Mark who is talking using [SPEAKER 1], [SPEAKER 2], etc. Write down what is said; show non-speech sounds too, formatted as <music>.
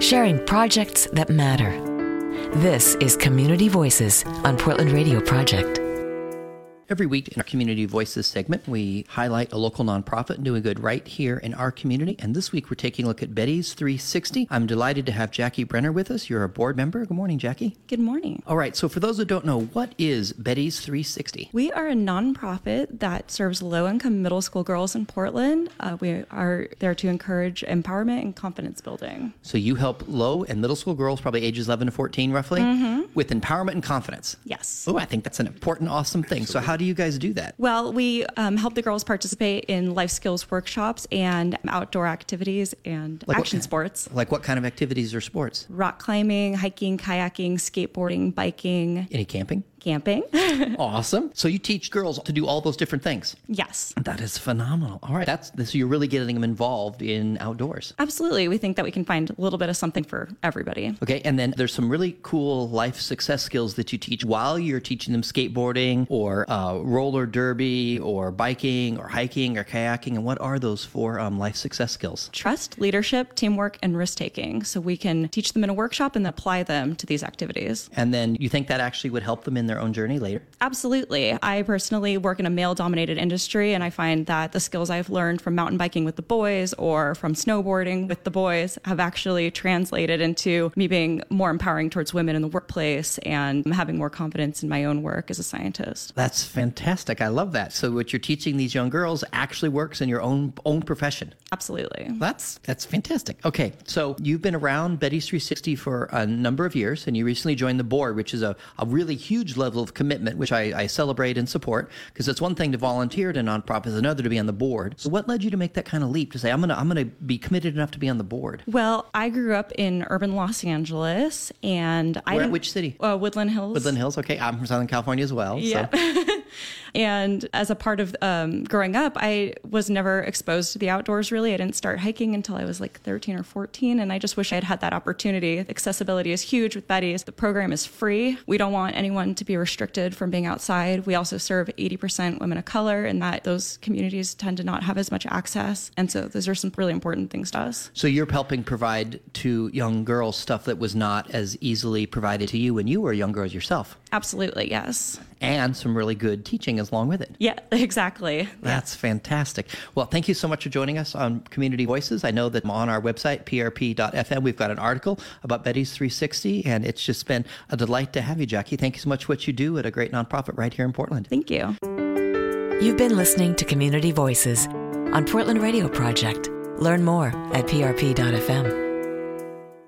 [SPEAKER 1] sharing projects that matter. This is Community Voices on Portland Radio Project.
[SPEAKER 2] Every week in our Community Voices segment, we highlight a local nonprofit doing good right here in our community. And this week, we're taking a look at Betty's 360. I'm delighted to have Jackie Brenner with us. You're a board member. Good morning, Jackie.
[SPEAKER 3] Good morning.
[SPEAKER 2] All right. So, for those who don't know, what is Betty's 360?
[SPEAKER 3] We are a nonprofit that serves low income middle school girls in Portland. Uh, we are there to encourage empowerment and confidence building.
[SPEAKER 2] So, you help low and middle school girls, probably ages 11 to 14, roughly,
[SPEAKER 3] Mm-hmm.
[SPEAKER 2] with empowerment and confidence.
[SPEAKER 3] Yes.
[SPEAKER 2] Oh, I think that's an important, awesome thing. So, how do you guys do that?
[SPEAKER 3] Well, we um, help the girls participate in life skills workshops and outdoor activities and
[SPEAKER 2] Like what
[SPEAKER 3] action
[SPEAKER 2] kind-
[SPEAKER 3] sports.
[SPEAKER 2] Like, what kind of activities or sports?
[SPEAKER 3] Rock climbing, hiking, kayaking, skateboarding, biking,
[SPEAKER 2] Any
[SPEAKER 3] <laughs>
[SPEAKER 2] camping?
[SPEAKER 3] camping.
[SPEAKER 2] Awesome. So, you teach girls to do all those different things.
[SPEAKER 3] yes.
[SPEAKER 2] That is phenomenal. All right. That's this you're really getting them involved in outdoors.
[SPEAKER 3] Absolutely. We think that we can find a little bit of something for everybody.
[SPEAKER 2] Okay, and then there's some really cool life success skills that you teach while you're teaching them skateboarding or uh, roller derby or biking or hiking or kayaking. And what are those for um, life success skills?
[SPEAKER 3] Trust, leadership, teamwork, and risk taking. So we can teach them in a workshop and apply them to these activities.
[SPEAKER 2] And then you think that actually would help them in their own journey later?
[SPEAKER 3] Absolutely. I personally work in a male dominated industry, and I find that the skills I've learned from mountain biking with the boys or from snowboarding with the boys have actually translated into me being more empowering towards women in the workplace and having more confidence in my own work as a scientist.
[SPEAKER 2] That's fantastic. I love that. So what you're teaching these young girls actually works in your own own profession.
[SPEAKER 3] Absolutely.
[SPEAKER 2] That's that's fantastic. Okay, so you've been around Betty's 360 for a number of years, and you recently joined the board, which is a, a really huge level of commitment, which I, I celebrate and support because it's one thing to volunteer at a nonprofit, it's another to be on the board. So, what led you to make that kind of leap to say I'm gonna I'm gonna be committed enough to be on the board?
[SPEAKER 3] Well, I grew up in urban Los Angeles, and I
[SPEAKER 2] Where,
[SPEAKER 3] didn't-
[SPEAKER 2] which city?
[SPEAKER 3] Uh, Woodland Hills.
[SPEAKER 2] Woodland Hills. Okay, I'm from Southern California as well.
[SPEAKER 3] Yeah.
[SPEAKER 2] So.
[SPEAKER 3] And as a part of um, growing up, I was never exposed to the outdoors really. I didn't start hiking until I was like 13 or 14. And I just wish I had had that opportunity. Accessibility is huge with Betty's. The program is free. We don't want anyone to be restricted from being outside. We also serve 80% women of color, and that those communities tend to not have as much access. And so those are some really important things to us.
[SPEAKER 2] So you're helping provide to young girls stuff that was not as easily provided to you when you were young girls yourself,
[SPEAKER 3] Absolutely, yes.
[SPEAKER 2] and some really good teaching as along with it.
[SPEAKER 3] Yeah, <laughs> exactly.
[SPEAKER 2] That's fantastic. Well, thank you so much for joining us on Community Voices. I know that on our website, prp.fm, we've got an article about Betty's 360, and it's just been a delight to have you, Jackie. Thank you so much for what you do at a great nonprofit right here in Portland.
[SPEAKER 3] Thank you.
[SPEAKER 1] You've been listening to Community Voices on Portland Radio Project. Learn more at prp.fm.